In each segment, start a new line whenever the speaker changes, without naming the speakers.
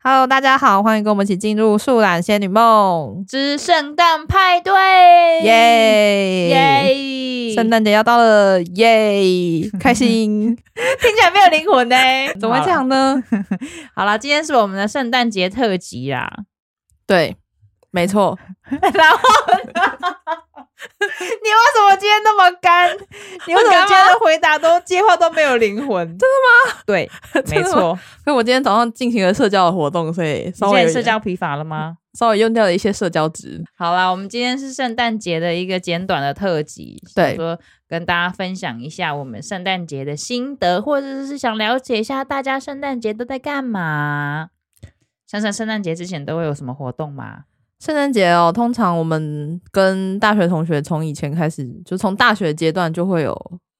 Hello，大家好，欢迎跟我们一起进入《树懒仙女梦
之圣诞派对》，
耶
耶！
圣诞节要到了，耶、开 心！
听起来没有灵 魂呢、
怎么会这？样呢？
好啊啦，今天是我们的圣诞节特辑啦。
对，没错，
然后呢？你为什么今天那么 干？你为什么今天的回答都接话都没有灵魂？ 真的吗？ 对，没
真的吗
错。
因为我今天早上进行了社交的活动，所以
你
稍
现
微
在
有
社交疲乏了吗？
稍微用掉了一些社交值。
好啦，我们今天是圣诞节的一个简短的特辑，
对
想说跟大家分享一下我们圣诞节的心得，或者是想了解一下大家圣诞节都在干嘛。想想圣诞节之前都会有什么活动吗？
圣诞节哦，通常我们跟大学同学从以前开始，就从大学阶段就会有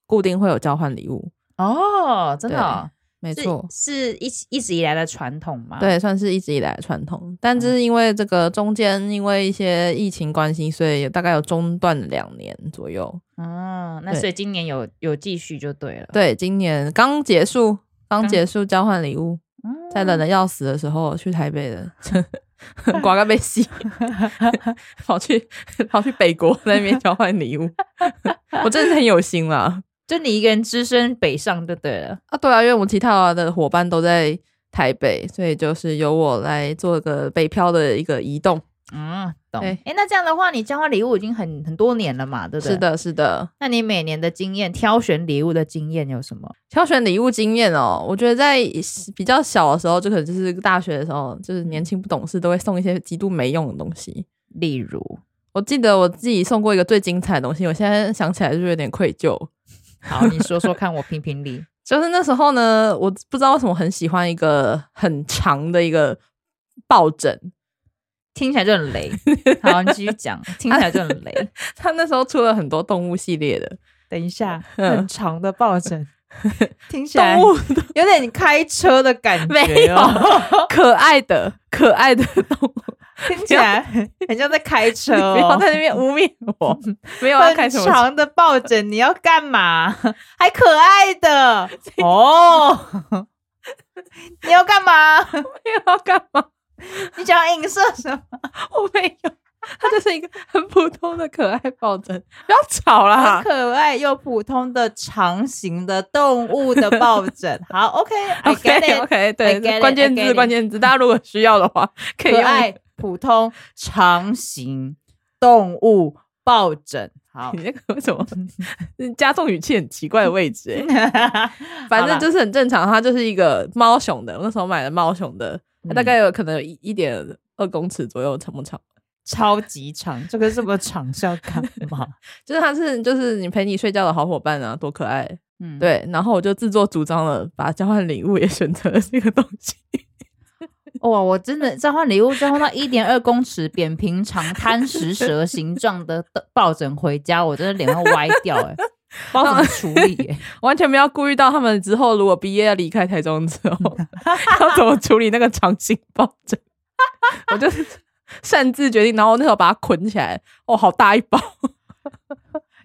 固定会有交换礼物，
哦，真的哦、
没
是
错。
是一一直以来的传统吗？，
对，算是一直以来的传统，但就是因为这个中间因为一些疫情关系，所以大概有中断了两年左右。
哦，那
对
所以今年有有继续就对了，
对，今年刚结束，刚
刚
结束交换礼物，
嗯
在冷的要死的时候去台北的， 刮个被 吸，跑去跑去北国那边交换礼物， 我真的是很有心啦。
就你一个人只身北上就对了。
啊，对啊，因为我其他的伙伴都在台北，所以就是由我来做个北漂的一个移动。
嗯，懂。
对
哎、那这样的话，你交换礼物已经很很多年了嘛，对不对？
是的，是的。
那你每年的经验，挑选礼物的经验有什么？
挑选礼物经验哦，我觉得在比较小的时候，就可能就是大学的时候，就是年轻不懂事，都会送一些极度没用的东西。
例如，
我记得我自己送过一个最精彩的东西，我现在想起来就有点愧疚。
好，你说说看，我评评理。
就是那时候呢，我不知道为什么很喜欢一个很长的一个抱枕，
听起来就很 雷，好，你继续讲。听起来就很雷。
它那时候出了很多动物系列的
等一下，
嗯
很长的抱枕， 听起来
动物，
有点开车的感
没
觉
有
哦，
可爱的可爱的动物，
听起来很像在 开车
不要
哦。
在那边污蔑我， 没有要开
很
什么车
长的抱枕，你要干嘛？还可爱 的哦， 你要干嘛？
没有要干嘛。
你想要影射什么？
我没有，它就是一个很普通的可爱抱枕。不要吵啦
很！可爱又普通的长形的动物的抱 枕。好
OK
，OK，I、get it，
OK，
I
对
get，it，
关键
I get
字
it
关键字，大家如果需要的话，可以
可
用。
爱、普通、长形动物抱枕。 好
你，那个为什么加重语气很奇怪的位置、
嗯
欸？反正就是是很正常，它就是一个猫熊的。我那时候买的猫熊的，它
嗯
大概有可能有一一点二公尺左右长不长？
超级长，这个这么长是要干嘛？
就是它是就是你陪你睡觉的好伙伴啊，多可爱！
嗯，，
对，然后我就自作主张了，把交换礼物也选择了这个东西。
哇，我真的交换礼物交换到一点二公尺扁平长贪食蛇形状的抱枕回家，我真的脸会歪掉 哎、不知道怎么处理、欸，
完全没有顾虑到他们之后如果毕业要离开台中之 后要怎么处理那个长形抱枕， 我就是擅自决定，然后那时候把它捆起来，哦，好大一包，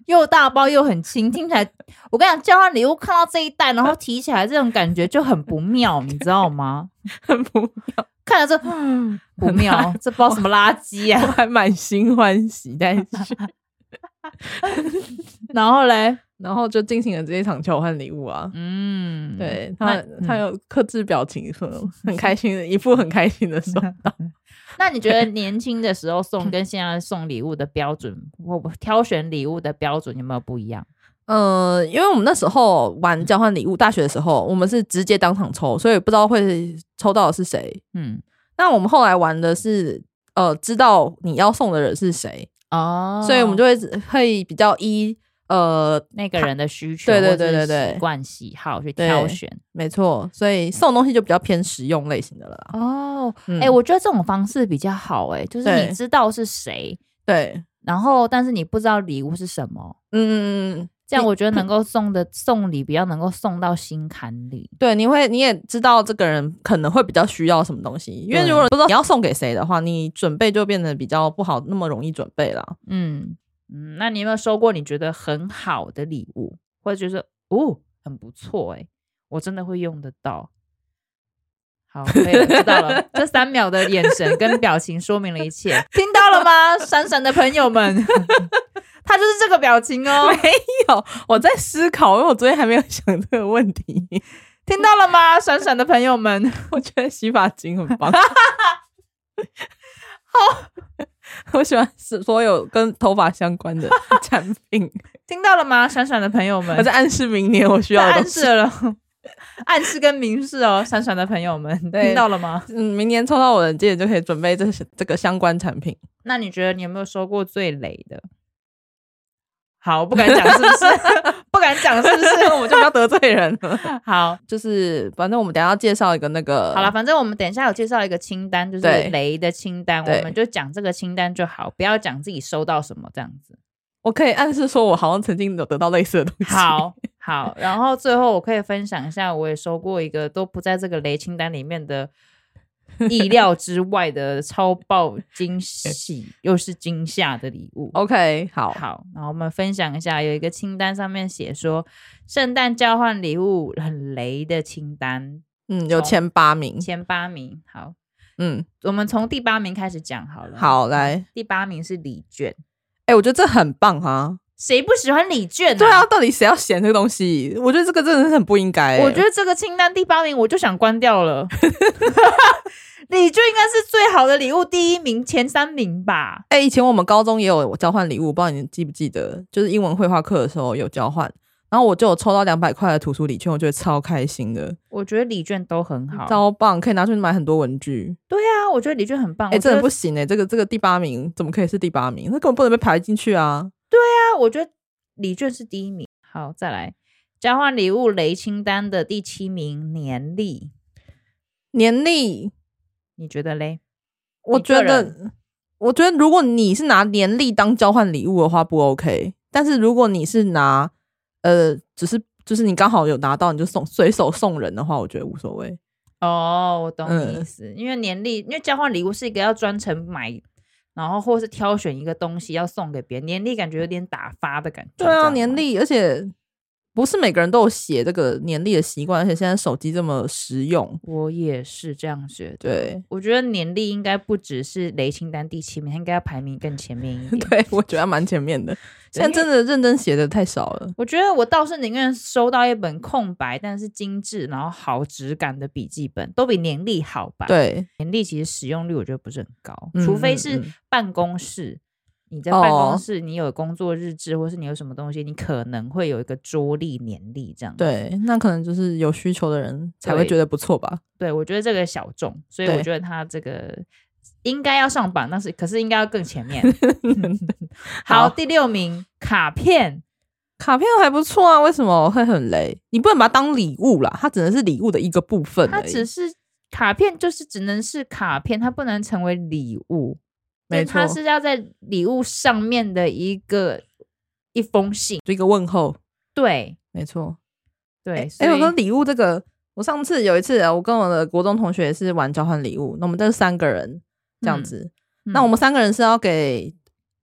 又大包又很轻，听起来我跟你讲，交换礼物看到这一袋，然后提起来这种感觉就很不妙，你知道 吗？
很不，
看了这，嗯，不妙，这包什么垃圾啊
我
呀、
还满心欢喜但 是
然后嘞，
然后就进行了这一场交换礼物啊。
嗯，
对
那
他，他有克制表情，说很开心的，一副很开心的说，
嗯那你觉得年轻的时候送跟现在送礼物的标准，我我挑选礼物的标准有没有不一样？
呃，因为我们那时候玩交换礼物，大学的时候，我们是直接当场抽，所以不知道会抽到的是谁。
嗯，
那我们后来玩的是，呃，知道你要送的人是谁，
哦
所以我们就会会比较依呃，
那个人的需求，
对对
或者是
对对对
习惯喜好去挑选。
没错，所以送东西就比较偏实用类型的了啦。
哦，
嗯
哎、我觉得这种方式比较好、哎，就是
对
你知道是谁，
对，
然后但是你不知道礼物是什么，
嗯嗯嗯，
这样
你
我觉得能够送的送礼比较能够送到心坎里。
对，你会你也知道这个人可能会比较需要什么东西，因为
对
如果不知道你要送给谁的话，你准备就变得比较不好，那么容易准备啦。
嗯嗯，那你有没有收过你觉得很好的礼物，欸或者觉得哦很不错哎、我真的会用得到？好，可以了知道了。这三秒的眼神跟表情说明了一切， 听到了吗，闪闪的朋友 们？他就是这个表情哦，
我在思考，因为我昨天还没有想这个问题。
听到了吗，闪闪的朋友们？
我觉得洗发精很 棒，好， 我喜欢所有跟头发相关 的产品。
听到了吗，闪闪的朋友们？
我在暗示明年我需要
他
的
暗
东西。
示了， 暗示跟明示哦，闪闪的朋友们，
对
听到了吗？
嗯，明年抽到我的戒指就可以准备这些这个相关产品。
那你觉得你有没有收过最雷的？好，我不敢讲是不 是？不敢讲是不是？
我就不要得罪人了。
好，
就是反正我们等一下要介绍一个那个，
好了，，反正我们等一下有介绍一个清单，就是
对
雷的清单，
对
我们就讲这个清单就好，不要讲自己收到什么这样子。
我可以暗示说我好像曾经有得到类似的 东西。，
好好，然后最后我可以分享一下，我也收过一个都不在这个雷清单里面 的意料之外的超爆惊喜，又是惊吓的礼物。
，OK，好，
好，然后我们分享一下，有一个清单上面写说圣诞交换礼物很雷的清单
嗯，有
从
前八名，
前八名。好，
嗯，
我们从第八名开始讲好了。，
好，来，
第八名是礼券，
哎、我觉得这很棒哈。
谁不喜欢礼券、
对啊，，到底谁要嫌这个东西？我觉得这个真的是很不应该、欸
我觉得这个清单第八名我就想关掉 了。礼券应该是最好的礼物，第一名前三名吧。
哎、以前我们高中也有交换礼物，不知道你记不记得？就是英文绘画课的时候有交换，然后我就有抽到两百块的图书礼券，我觉得超开心的，
我觉得礼券都很好。
超棒，可以拿去买很多文具。
对啊，我觉得礼券很棒。
哎、
我觉
这
得
很不行哎、这个这个第八名怎么可以是第八名？那根本不能被排进去啊！
啊，我觉得礼券是第一名。好，再来交换礼物雷清单的第七名年历，
年历，
你觉得嘞？
我
你
觉
个
得，我觉得如果你是拿年历当交换礼物的话，不 OK。但是如果你是拿，呃，只是就是你刚好有拿到，你就送随手送人的话，我觉得无所谓。
哦，我懂你意
嗯
思，因为年历，因为交换礼物是一个要专程买。然后，或是挑选一个东西要送给别人，年历感觉有点打发的感觉。
对
你知道
啊，
吗
年历，而且不是每个人都有写这个年历的习惯，而且现在手机这么实用，
我也是这样觉得。
对，
我觉得年历应该不只是雷清单第七名，它应该要排名更前面 一点。
对我觉得蛮前面的。现在真的认真写的太少了。
我觉得我倒是宁愿收到一本空白但是精致然后好质感的笔记本，都比年历好吧？，
对，
年历其实使用率我觉得不是很高，
嗯
除非
嗯
是
嗯
办公室。你在办公
哦
室，你有工作日志，或是你有什么东西，你可能会有一个桌历、年历这样。，
对，那可能就是有需求的人才会
对
觉得不错吧。
对我觉得这个小众，所以
对
我觉得它这个应该要上榜，但是可是应该要更前 面。好，
好
第六名卡片，
卡片还不错啊，为什么会很雷？你不能把它当礼物啦，它只能是礼物的一个部分
它
而已。
只是卡片，就是只能是卡片，它不能成为礼物。
没
就是它
错
是要在礼物上面的一个一封信。
一个问候，
对
没错。
对，所
哎、
以
我跟礼物这个，我上次有一次，呃我跟我的国中同学也是玩交换礼物，那我们这三个人这
嗯
样子，那我
们
们三个人是要给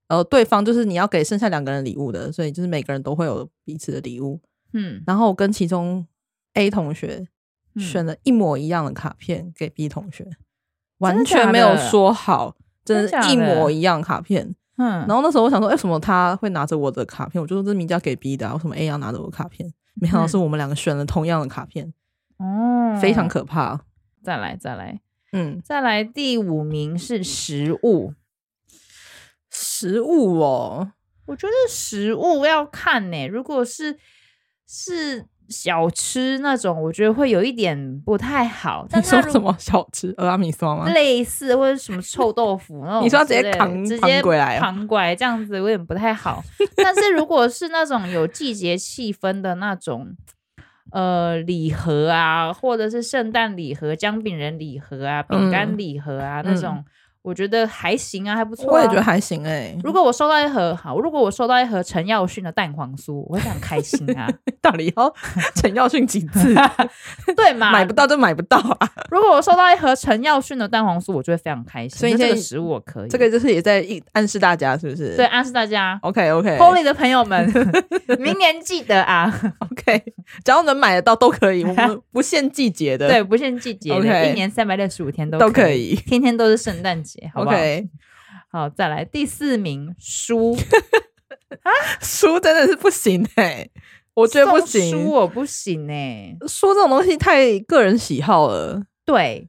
呃对方，就是你要给剩下两个人礼物的，所以就是每个人都会有彼此的礼物。
嗯
然后我跟其中 A 同学
嗯
选了一模一样的卡片给 B 同学，
的
完全
假
没有
的
说好，真
真
的
假
是一模
的
一样卡片。
嗯，然
然后那时候我想说，哎、为什么他会拿着我的卡片？我就说这名叫给 B 的、啊，为什么 A 要拿着我的卡片？没想到是我们两个选了同样的卡片，
哦，
非常可怕。
再来再来
嗯，
再来，第五名是食物。
食物哦，
我觉得食物要看呢、如果是是小吃那种，我觉得会有一点不太好。
你
但它
说
如
什么小吃呃俄阿米索吗？
类似或者什么臭豆腐那种之类的，
你说要直接扛
直
扛
接
过来啊
扛过来这样子有点不太好。但是如果是那种有季节气氛的那种。呃，礼盒啊，或者是圣诞礼盒、姜饼人礼盒啊、饼干
嗯
礼盒啊，
嗯
那种我觉得还行啊，还不错、啊。
我也觉得还行哎、欸。
如果我收到一盒好，如果我收到一盒陈耀迅的蛋黄酥，我会很开心 啊。
到底要陈耀迅几 次？
对嘛？
买不到就买不到啊。
如果我收到一盒陈耀迅的蛋黄酥，我就会非常开心。
所以
这
现
个
在
食物我可以，
这个就是也在一暗示大家，是不是？
对暗示大家。
，OK OK
Holy 的朋友们， 明年记得啊！
OK，只要能买得到都可以，我们不限季节的。
对，不限季节的
OK
一年三百六十五天都
都
可
可以
天天都是圣诞节，好不好
OK，
好，再来第四名书，
书真的是不行哎、我觉得不
送
行
书。我不行哎、
书这种东西太个人喜好了，
对，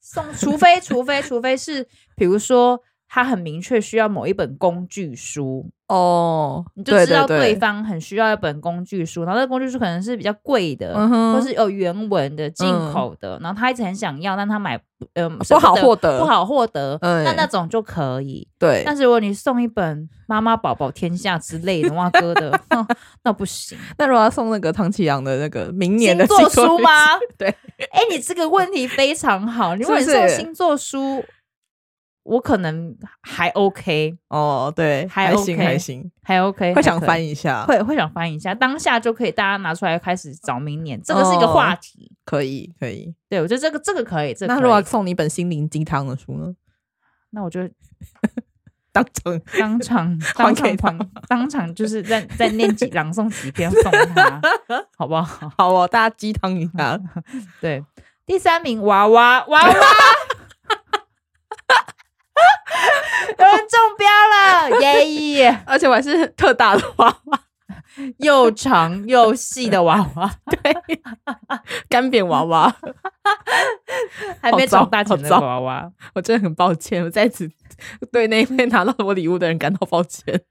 送，除非除非除非是，比如说他很明确需要某一本工具书，
哦，
你就知道
对对
对方很需要一本工具书，然后那工具书可能是比较贵的，
嗯哼嗯
或是有原文的、进口的，然后他一直很想要，但他买不呃
不好获得
不好获得，
嗯
那那种就可以。
对
但是如果你送一本《妈妈宝宝天下》之类的，哇哥的， 哼那不行。
那如果要送那个唐启阳的那个明年的
星座
星座
书
运
吗？
对，
哎、你这个问题非常好。如果你
是不
送
是
星座书，我可能还 OK，
哦，对，
还
还行
OK
还行，
还 OK，
会想
还可
翻
以，
一下，
会会想翻一下，当下就可以大家拿出来开始找明年，这个是一个
哦
话题。
可以可以。
对，我觉得这个这个可以，这个
那
可以
如果要送你一本心灵鸡汤的书呢？
那我就
当成
当场
还
当
给
场旁当场就是在在念几朗诵几篇送他，好不好？
好哦，大家鸡汤一下。
对，第三名娃娃娃娃， 有人中标了，耶、
而且我还是特大的娃娃，
又长又细的娃娃，
干扁娃娃。
还没长大成的
好糟
娃娃。
我真的很抱歉，我在此对那位拿到我礼物的人感到抱歉。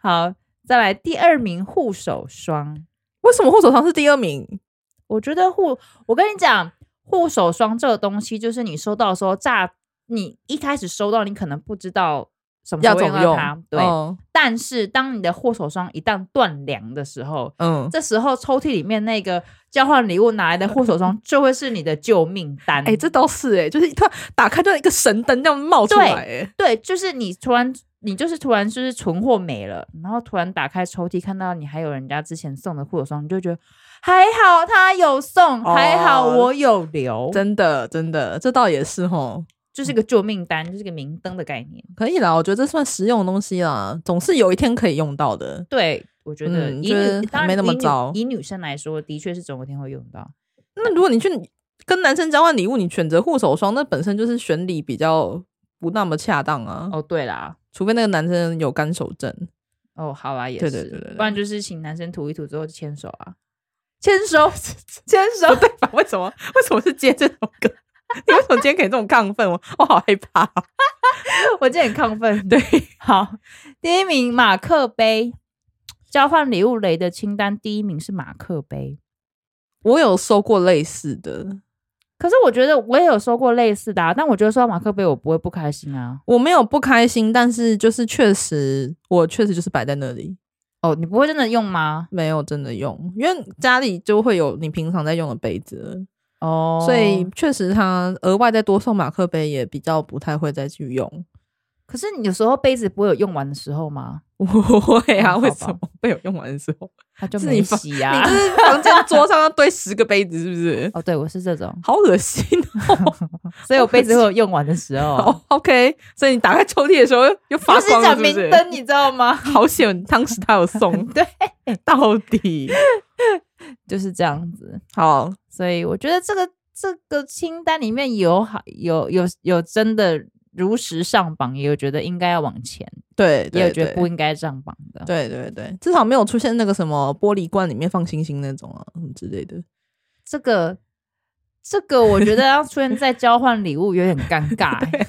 好，再来第二名护手霜，
为什么护手霜是第二名？
我觉得护，我跟你讲，护手霜这个东西，就是你收到的时候乍，你一开始收到，你可能不知道。什么时
要
候
怎
用
么
到它
用？？
对，
哦
但是当你的护手霜一旦断粮的时候，
嗯，
这时候抽屉里面那个交换礼物拿来的护手霜就会是你的救命单。
哎、这倒是哎、就是突然打开就一个神灯这样冒出来、哎，
对，就是你突然，你就是突然就是存货没了，然后突然打开抽屉看到你还有人家之前送的护手霜，你就觉得还好他有送，
哦
还好我有留，
真的真的，这倒也是吼，
就是个救命单，就是个明灯的概念。
可以啦，我觉得这算实用的东西啦，总是有一天可以用到的。
对，我觉得
嗯
以
就
女
是
当然
没那么
以女
糟
以女生来说，的确是总有一天会用到。
那如果你去跟男生交换礼物，你选择护手霜，那本身就是选礼比较不那么恰当啊，
哦，对啦。
除非那个男生有干手症。
哦，好啦，也
对
是，
对对对对
不然就是请男生涂一涂之后就牵手啊，牵 手，牵手，
不对吧？为什么？为什么是接这首歌？ 你为什么今天可以这么亢奋？我我好害怕、
我今天很亢 奋。
对，
好，第一名马克杯，交换礼物雷的清单第一名是马克杯。
我有收过类似的，
可是我觉得我也有收过类似的、啊，但我觉得收到马克杯我不会不开心啊。
我没有不开心，但是就是确实，我确实就是摆在那里，
哦，你不会真的用吗？
没有真的用，因为家里就会有你平常在用的杯子了，
哦，
所以确实他额外再多送马克杯也比较不太会再去用。
可是你有时候杯子不会有用完的时候吗？
我会啊，
哦好吧
为什么会有用完的时候？
它就
自己
没
放
洗
你
啊
就。是房间桌上要堆十个杯子，是不是？
哦，对，我是这 种，
好恶心哦！
所以我杯子会有用完的时候啊。
哦、o k 所以你打开抽屉的时候又又发
就是
光了，
盏
是不
明
是？
灯，你知道吗？ ，
好险，当时他有送
对，
到底
就是这样子。
好，
所以我觉得这个这个清单里面有好有有有真的如实上榜，也有觉得应该要往前，
对，
也
对
有觉得不，应该上榜的。
对对对对，至少没有出现那个什么玻璃罐里面放星星那种啊，什么之类的。
这个这个，我觉得要出现在交换礼物有点 尴尬、欸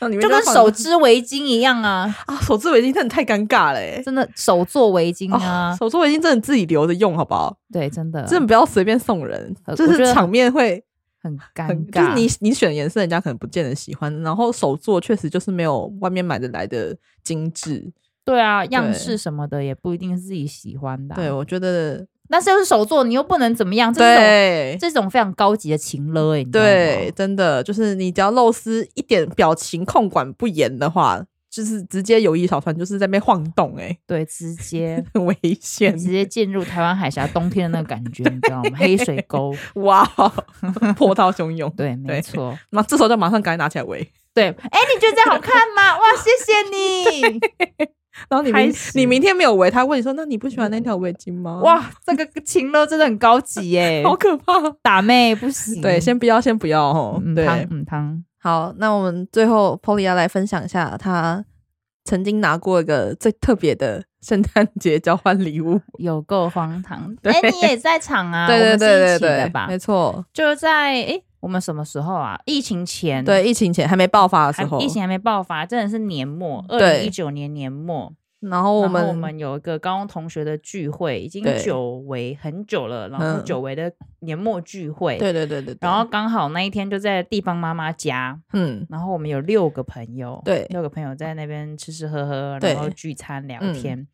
那里面
就跟
放
手织围巾一样啊，
啊，手织围巾真的太尴尬了、欸，
真的手做围巾
哦
啊，
手织围巾真的自己留着用好不好？
对，真的
真的不要随便送人
呃，
就
我觉
是
得
场面会
很尴
很，就
尬。
是你你选颜色，人家可能不见得喜欢。然后手做确实就是没有外面买的来的精致。
对啊，样式什么的也不一定是自己喜欢的啊、
对，我觉得
但是又是手作，你又不能怎么
哦
样，这种
对
这种非常高级的情勒哎、你知道吗
对，，真的就是你只要露丝一点表情控管不严的话，就是直接友谊小船就是在那边晃动、欸，
对，直接
很危险
直。接进入台湾海峡冬天的那个感觉，你知道吗？黑水沟，
哇，哦 波涛汹涌。
对，没
对
错，
那这时候就马上赶紧拿起来围，
对，哎、你觉得这样好看吗？哇，谢谢你，
然后你
开
明
始
你明天没有围，他问你说：“那你不喜欢那条围巾吗？”，
哇，这个情勒真的很高级耶、
好可怕！
打妹不行，
对，先不要，先不要哦。
嗯汤
对，
嗯汤，
好，那我们最后 Polly 要来分享一下他曾经拿过一个最特别的圣诞节交换礼物。
有够荒唐。
对
哎、你也在场 啊？
对对
我们是
对对
一起的
对，
吧？
没错。
就在哎、我们什么时候啊？疫情前，
对，疫情前还没爆发的时
还，
候，
疫情还没爆发，真的是年末，二零
对
一九年年末，
然后我
然后
们
我们有一个高中同学的聚会，已经
对
久违很久了，然后
嗯
久违的年末聚会，
对对对对，对
然后刚好那一天就在地方妈妈家，
嗯，
然后我们有六个朋友，
对
六个朋友在那边吃吃喝喝，
对嗯
然后聚餐聊天。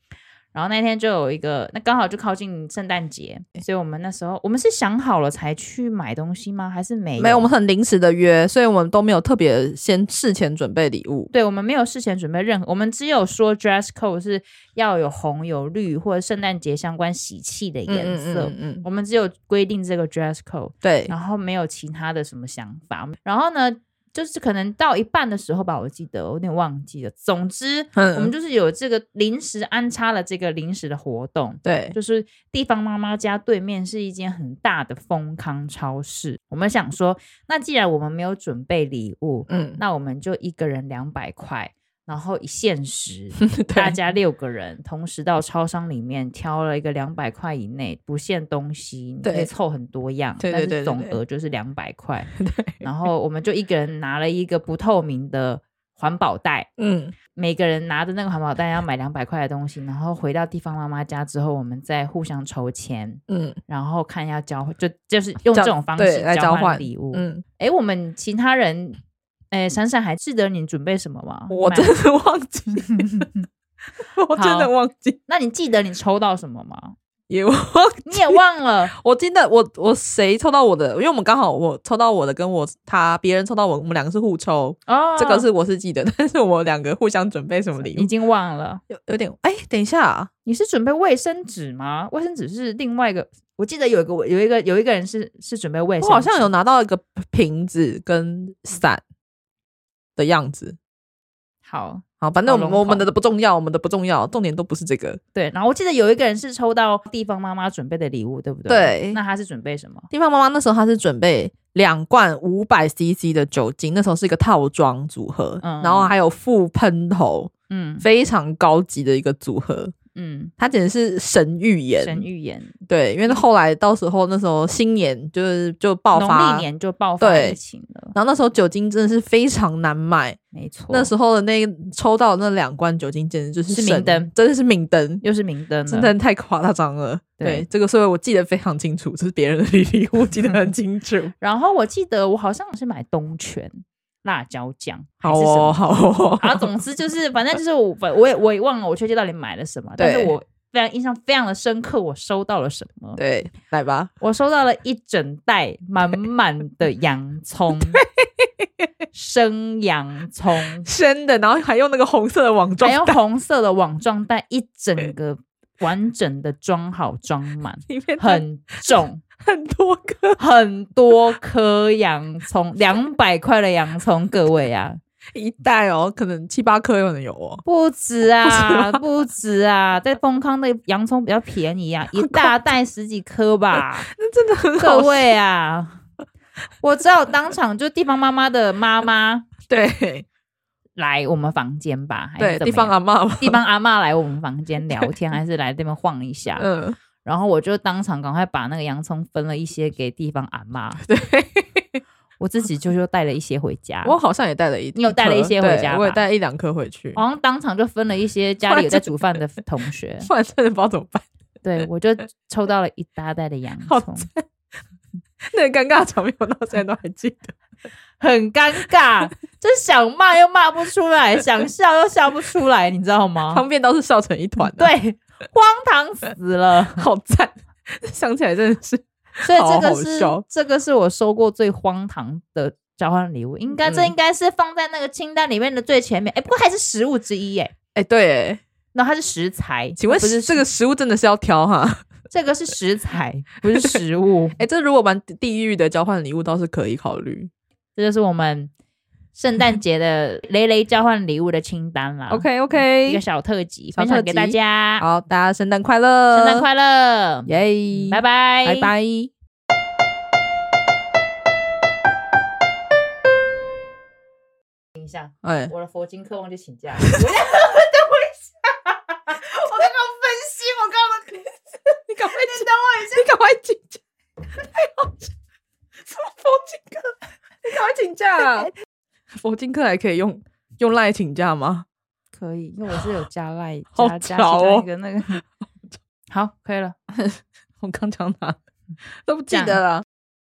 然后那天就有一个，那刚好就靠近圣诞节，所以我们那时候我们是想好了才去买东西吗？还是没有？
没有，我们很临时的约，所以我们都没有特别先事前准备礼物。
对我们没有事前准备任何，我们只有说 dress code 是要有红有绿或者圣诞节相关喜气的
嗯
颜色，
嗯嗯嗯，
我们只有规定这个 dress code，
对，
然后没有其他的什么想法。然后呢，就是可能到一半的时候吧，我记得我有点忘记了。总之，
嗯
我们就是有这个临时安插了这个临时的活动。
对，
就是地方妈妈家对面是一间很大的丰康超市。我们想说，那既然我们没有准备礼物，
嗯，，
那我们就一个人两百块，然后一限时
嗯 对
大家六个人同时到超商里面挑了一个两百块以内不限东西，你可以
对
凑很多样，
对对对对
但是总额就是两百 块。然后我们就一个人拿了一个不透明的环保袋。
嗯，
每个人拿着那个环保袋要买两百块的东西，然后回到地方妈妈家之后，我们再互相筹钱，
嗯
然后看要交就就是用
交
这种方
对
式
来交
换
换
礼物。
嗯，
哎，我们其他人，哎，闪闪还记得你准备什么吗？
我
买
真的忘 记，我真的
好
忘记，
那你记得你抽到什么吗？
也忘
你也忘了
我记得我我谁抽到我的，因为我们刚好我抽到我的跟我他别人抽到我，我们两个是互抽，
哦，
这个是我是记得， 但是我们两个互相准备什么礼
已
物
经忘了。
有有点哎，等一下，
你是准备卫生纸吗？卫生纸是另外一个，我记得有一个有一个有一个人是是准备卫生
我
纸，
好像有拿到一个瓶子跟伞的样子。
好
好，反正我们
好笼统
我们的不重要，我们的不重要，重点都不是这个。
对。然后我记得有一个人是抽到地方妈妈准备的礼物，对不对？
对
那他是准备什么？
地方妈妈那时候她是准备两罐五百 CC 的酒精，那时候是一个套装组合，
嗯
然后还有副喷头，
嗯
非常高级的一个组合。
嗯，
它简直是神预言，
神预言，
对，因为后来到时候那时候新年就是就爆
农历
发，
年就爆发
对
疫情了，
然后那时候酒精真的是非常难买，
没错。
那时候的那抽到的那两罐酒精简直就是
是
神
明灯，
真的是明灯，
又是明灯了，
真的太夸张了。
对
对，这个所以我记得非常清楚，这是别人的礼物，记得很清楚。
然后我记得我好像是买东泉辣椒酱，还
好
是什么
哦，好哦，
啊，总之就是，反正就是我，反我也我也忘了我确切到底买了什么，但
对
是我非常印象非常的深刻，我收到了什么？
对，来吧，
我收到了一整袋满满的洋葱，生洋葱，
生的，然后还用那个红色的网状
还有
袋，
红色的网状袋，一整个完整的装好装 满，
里面很
很重，
很多个，
很多颗洋葱，两百块的洋葱，各位啊！
一袋哦，可能七八颗有可能有哦。
不止啊，不止啊，在丰康的洋葱比较便宜啊，一大袋十几颗吧，
那真的很
各
好，
位啊，我只好当场就地方妈妈的妈妈
对
来我们房间吧，还是
对，
怎么
地方
样
阿妈嘛，
地方阿妈来我们房间聊天，还是来这边晃一下，
嗯，
然后我就当场赶快把那个洋葱分了一些给地方阿妈，
对，
我自己就就带了一些回家，
我好像也带了一，
你有带了一些
颗
回
对
家吧哦
我也带一两颗回去，
好像当场就分了一些家里有在煮饭的同学，
不然真的不知道怎么办，
对，我就抽到了一大袋的洋
好
葱，
那个尴尬的场面我到现在都还记得。
很尴尬， 就是想骂又骂不出 来，想笑又笑不出来，你知道吗？
方便倒是笑成一团、啊，，
对，荒唐死了，
好赞！ 想起来真的是
所以这
好
个
好
是
笑
这个是我收过最荒唐的交换礼物，应该、这
嗯
应该是放在那个清单里面的最前面。哎、不过还是食物之一哎。
哎、对哎，
那它是食材，
请问
不是
这个食物真的是要挑哈？
这个是食材，不是食物。
哎、这如果玩地狱的交换礼物倒是可以考虑。
这就是我们圣诞节的雷雷交换礼物的清 单啦。
OK
嗯一个
OK，
小特辑
小
分
特辑
享给大家，
好，大家圣诞快乐，
圣诞快乐，
耶，
拜拜，
拜拜。
等一下，
哎、
我的佛经课忘记请假了。 我等我一下，我刚刚分析，我刚刚
你赶快去，等我一下，你赶快请假，太好笑，什么佛经课？你赶快请假、啊佛经课还可以用用赖请假吗？
可以，因为我是有加赖
好
加加
吵哦
那 个那个。好，可以了。
我刚讲哪了？都不记
这样
得了。